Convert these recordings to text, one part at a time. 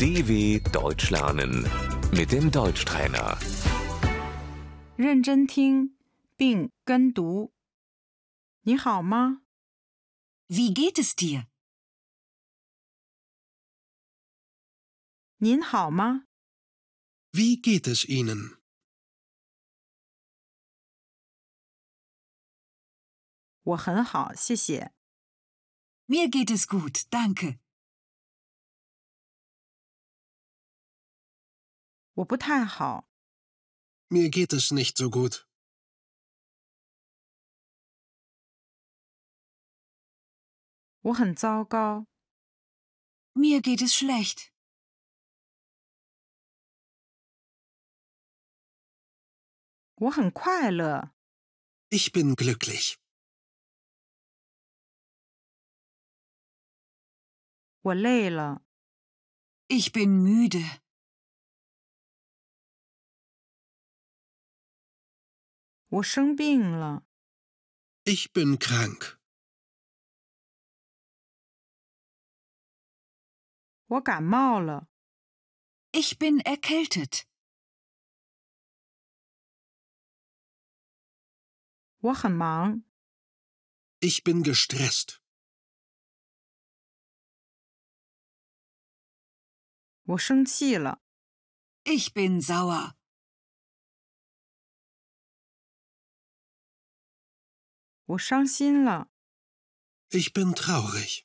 DW Deutsch lernen mit dem Deutschtrainer. 认真听并跟读。你好吗？ Wie geht es dir? 您好吗？ Wie geht es Ihnen? 我很好，谢谢。 Mir geht es gut, danke. 我不太好， Mir geht es nicht so gut. 我很糟糕， Mir geht es schlecht. 我很快乐， Ich bin glücklich. 我累了， Ich bin müde. 我生病了， Ich bin krank. 我感冒了， Ich bin erkältet. 我很忙， Ich bin gestresst. 我生气了， Ich bin sauer. 我伤心了， Ich bin traurig.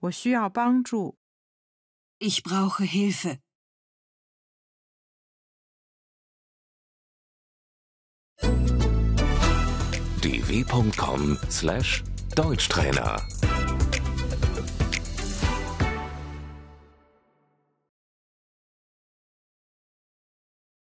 我需要帮助， Ich brauche Hilfe. dw.com/deutschtrainer